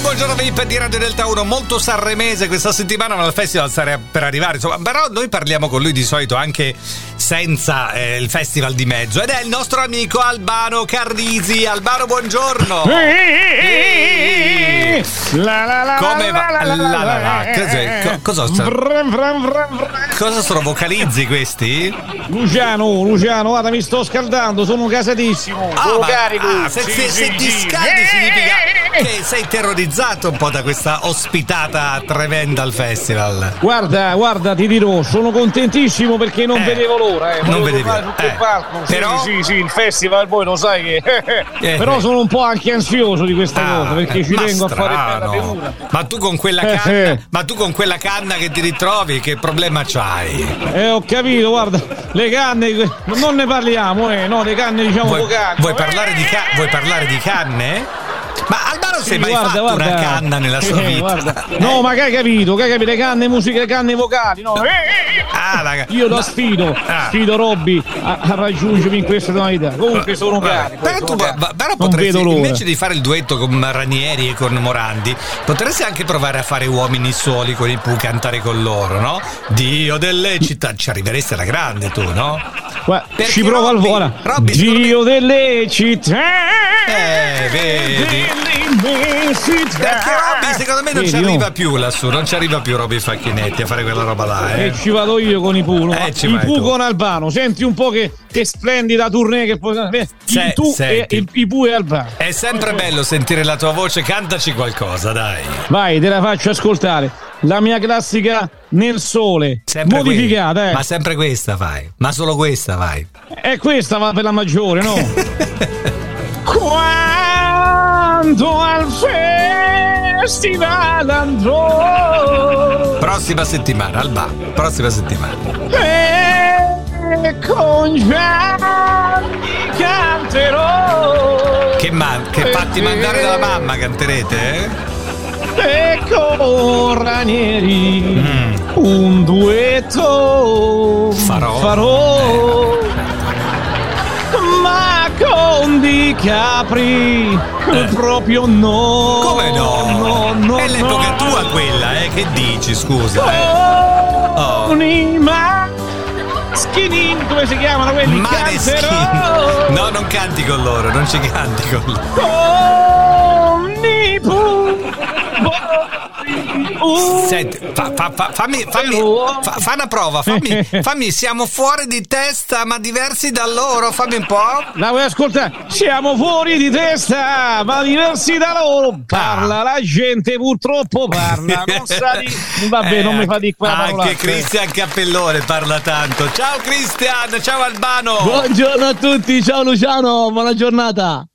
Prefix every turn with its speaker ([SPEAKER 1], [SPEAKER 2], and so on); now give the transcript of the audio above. [SPEAKER 1] Buongiorno VIP di Radio Delta 1, molto sanremese questa settimana, ma il festival sarà per arrivare, insomma, però noi parliamo con lui di solito anche senza eh, il festival di mezzo ed è il nostro amico Albano Carrisi. Albano, buongiorno. Ehi.
[SPEAKER 2] La la la
[SPEAKER 1] Come
[SPEAKER 2] la
[SPEAKER 1] va?
[SPEAKER 2] la la
[SPEAKER 1] La la la la.
[SPEAKER 2] eh,
[SPEAKER 1] Cos'è?
[SPEAKER 2] eh,
[SPEAKER 1] Co- cosa sta-
[SPEAKER 2] Vram, vram, vram, vram.
[SPEAKER 1] Cosa sono vocalizzi questi?
[SPEAKER 2] Luciano, Luciano, guarda, mi sto scaldando, sono casatissimo.
[SPEAKER 1] Ah, ma-
[SPEAKER 3] carico.
[SPEAKER 1] ah, se, se- se ti
[SPEAKER 2] Eh,
[SPEAKER 1] scaldi significa che sei terrorizzato un po' da questa ospitata tremenda al festival.
[SPEAKER 2] Guarda, guarda, ti dirò, sono contentissimo perché non
[SPEAKER 1] Eh,
[SPEAKER 2] vedevo l'ora. Eh.
[SPEAKER 1] non
[SPEAKER 2] Volevo
[SPEAKER 1] vedevi
[SPEAKER 2] tornare
[SPEAKER 1] l'ora,
[SPEAKER 2] su quel
[SPEAKER 1] eh.
[SPEAKER 2] palco. Sì,
[SPEAKER 1] Però-
[SPEAKER 2] sì, sì, il festival poi lo sai che.
[SPEAKER 1] Eh,
[SPEAKER 2] Però
[SPEAKER 1] eh.
[SPEAKER 2] sono un po' anche ansioso di questa
[SPEAKER 1] Ah,
[SPEAKER 2] cosa perché
[SPEAKER 1] eh,
[SPEAKER 2] ci
[SPEAKER 1] ma
[SPEAKER 2] tengo a fare bella
[SPEAKER 1] strano.
[SPEAKER 2] figura.
[SPEAKER 1] Ma tu con quella
[SPEAKER 2] Eh,
[SPEAKER 1] canna,
[SPEAKER 2] sì.
[SPEAKER 1] ma tu con quella canna che ti ritrovi, che problema c'hai?
[SPEAKER 2] Eh, ho capito, guarda, le canne, non ne parliamo, eh, no, le canne diciamo
[SPEAKER 1] Vuoi,
[SPEAKER 2] vocali.
[SPEAKER 1] vuoi parlare, di ca- vuoi parlare di canne? Ma Albano sei
[SPEAKER 2] Sì,
[SPEAKER 1] mai
[SPEAKER 2] Eh, guarda,
[SPEAKER 1] fatto
[SPEAKER 2] guarda.
[SPEAKER 1] una canna nella sua
[SPEAKER 2] Eh,
[SPEAKER 1] vita?
[SPEAKER 2] guarda. No, ma che hai capito? Che hai capito? Le canne musiche, le canne vocali, no? Eh,
[SPEAKER 1] Ah, la-
[SPEAKER 2] Io lo sfido,
[SPEAKER 1] Ah.
[SPEAKER 2] sfido Robby a, a raggiungermi in questa tonalità. Comunque sono
[SPEAKER 1] Vabbè,
[SPEAKER 2] carico.
[SPEAKER 1] Però
[SPEAKER 2] sono
[SPEAKER 1] tu
[SPEAKER 2] carico.
[SPEAKER 1] va- però
[SPEAKER 2] non
[SPEAKER 1] potresti,
[SPEAKER 2] vedo l'ora.
[SPEAKER 1] invece di fare il duetto con Ranieri e con Morandi, potresti anche provare a fare uomini soli con i Pooh, cantare con loro, no? Dio delle città, ci arriveresti alla grande tu, no?
[SPEAKER 2] Guarda,
[SPEAKER 1] perché
[SPEAKER 2] ci provo al
[SPEAKER 1] Robby-
[SPEAKER 2] volo.
[SPEAKER 1] Robby, secondo
[SPEAKER 2] Dio delle città.
[SPEAKER 1] Eh, vedi.
[SPEAKER 2] delle città.
[SPEAKER 1] Perché
[SPEAKER 2] ah.
[SPEAKER 1] Robby secondo me non
[SPEAKER 2] Vedi, oh.
[SPEAKER 1] ci
[SPEAKER 2] no?
[SPEAKER 1] arriva più lassù, non ci arriva più Robby Facchinetti a fare quella roba là,
[SPEAKER 2] E
[SPEAKER 1] eh.
[SPEAKER 2] ci vado io con i Puno.
[SPEAKER 1] Eh, ci
[SPEAKER 2] I
[SPEAKER 1] vai
[SPEAKER 2] Pu
[SPEAKER 1] tu.
[SPEAKER 2] con Albano. Senti un po' che, che splendida tournée che puoi fare.
[SPEAKER 1] Se-
[SPEAKER 2] I tu e
[SPEAKER 1] senti.
[SPEAKER 2] i, i Pu e Albano.
[SPEAKER 1] È sempre bello sentire la tua voce, cantaci qualcosa, dai.
[SPEAKER 2] Vai, te la faccio ascoltare. La mia classica nel sole,
[SPEAKER 1] Sempre
[SPEAKER 2] modificata,
[SPEAKER 1] quella.
[SPEAKER 2] eh.
[SPEAKER 1] Ma sempre questa fai, ma solo questa vai.
[SPEAKER 2] E questa va per la maggiore, no? Quando al festival andrò
[SPEAKER 1] Prossima settimana, Alba, prossima settimana.
[SPEAKER 2] e eh, con Gianni canterò
[SPEAKER 1] Che, man- che fatti mandare dalla mamma canterete, eh?
[SPEAKER 2] e con Ecco, Ranieri un duetto
[SPEAKER 1] Mm. Farò.
[SPEAKER 2] farò. ma con Di Capri proprio no
[SPEAKER 1] Eh. Come no?
[SPEAKER 2] Oh, no, no
[SPEAKER 1] È l'epoca
[SPEAKER 2] no.
[SPEAKER 1] tua quella, eh? Che dici, scusa, eh? Oh.
[SPEAKER 2] con i Maneskin, come si chiamano quelli?
[SPEAKER 1] Maneskin.
[SPEAKER 2] Canterò
[SPEAKER 1] No, non canti con loro, non ci canti con loro.
[SPEAKER 2] con i Pooh. Uh.
[SPEAKER 1] Senti, fa- fa- fa- fammi, fammi- fa, fa una prova, fammi, fammi, siamo fuori di testa ma diversi da loro, fammi un po'.
[SPEAKER 2] La vuoi ascoltare? Siamo fuori di testa, ma diversi da loro. Parla la gente, purtroppo parla. Non sa di. Vabbè,
[SPEAKER 1] Eh,
[SPEAKER 2] non mi fa di qua. la
[SPEAKER 1] Anche
[SPEAKER 2] parolaccia.
[SPEAKER 1] Cristian Cappellone parla tanto. Ciao Cristian, ciao Albano.
[SPEAKER 4] Buongiorno a tutti, ciao Luciano, buona giornata.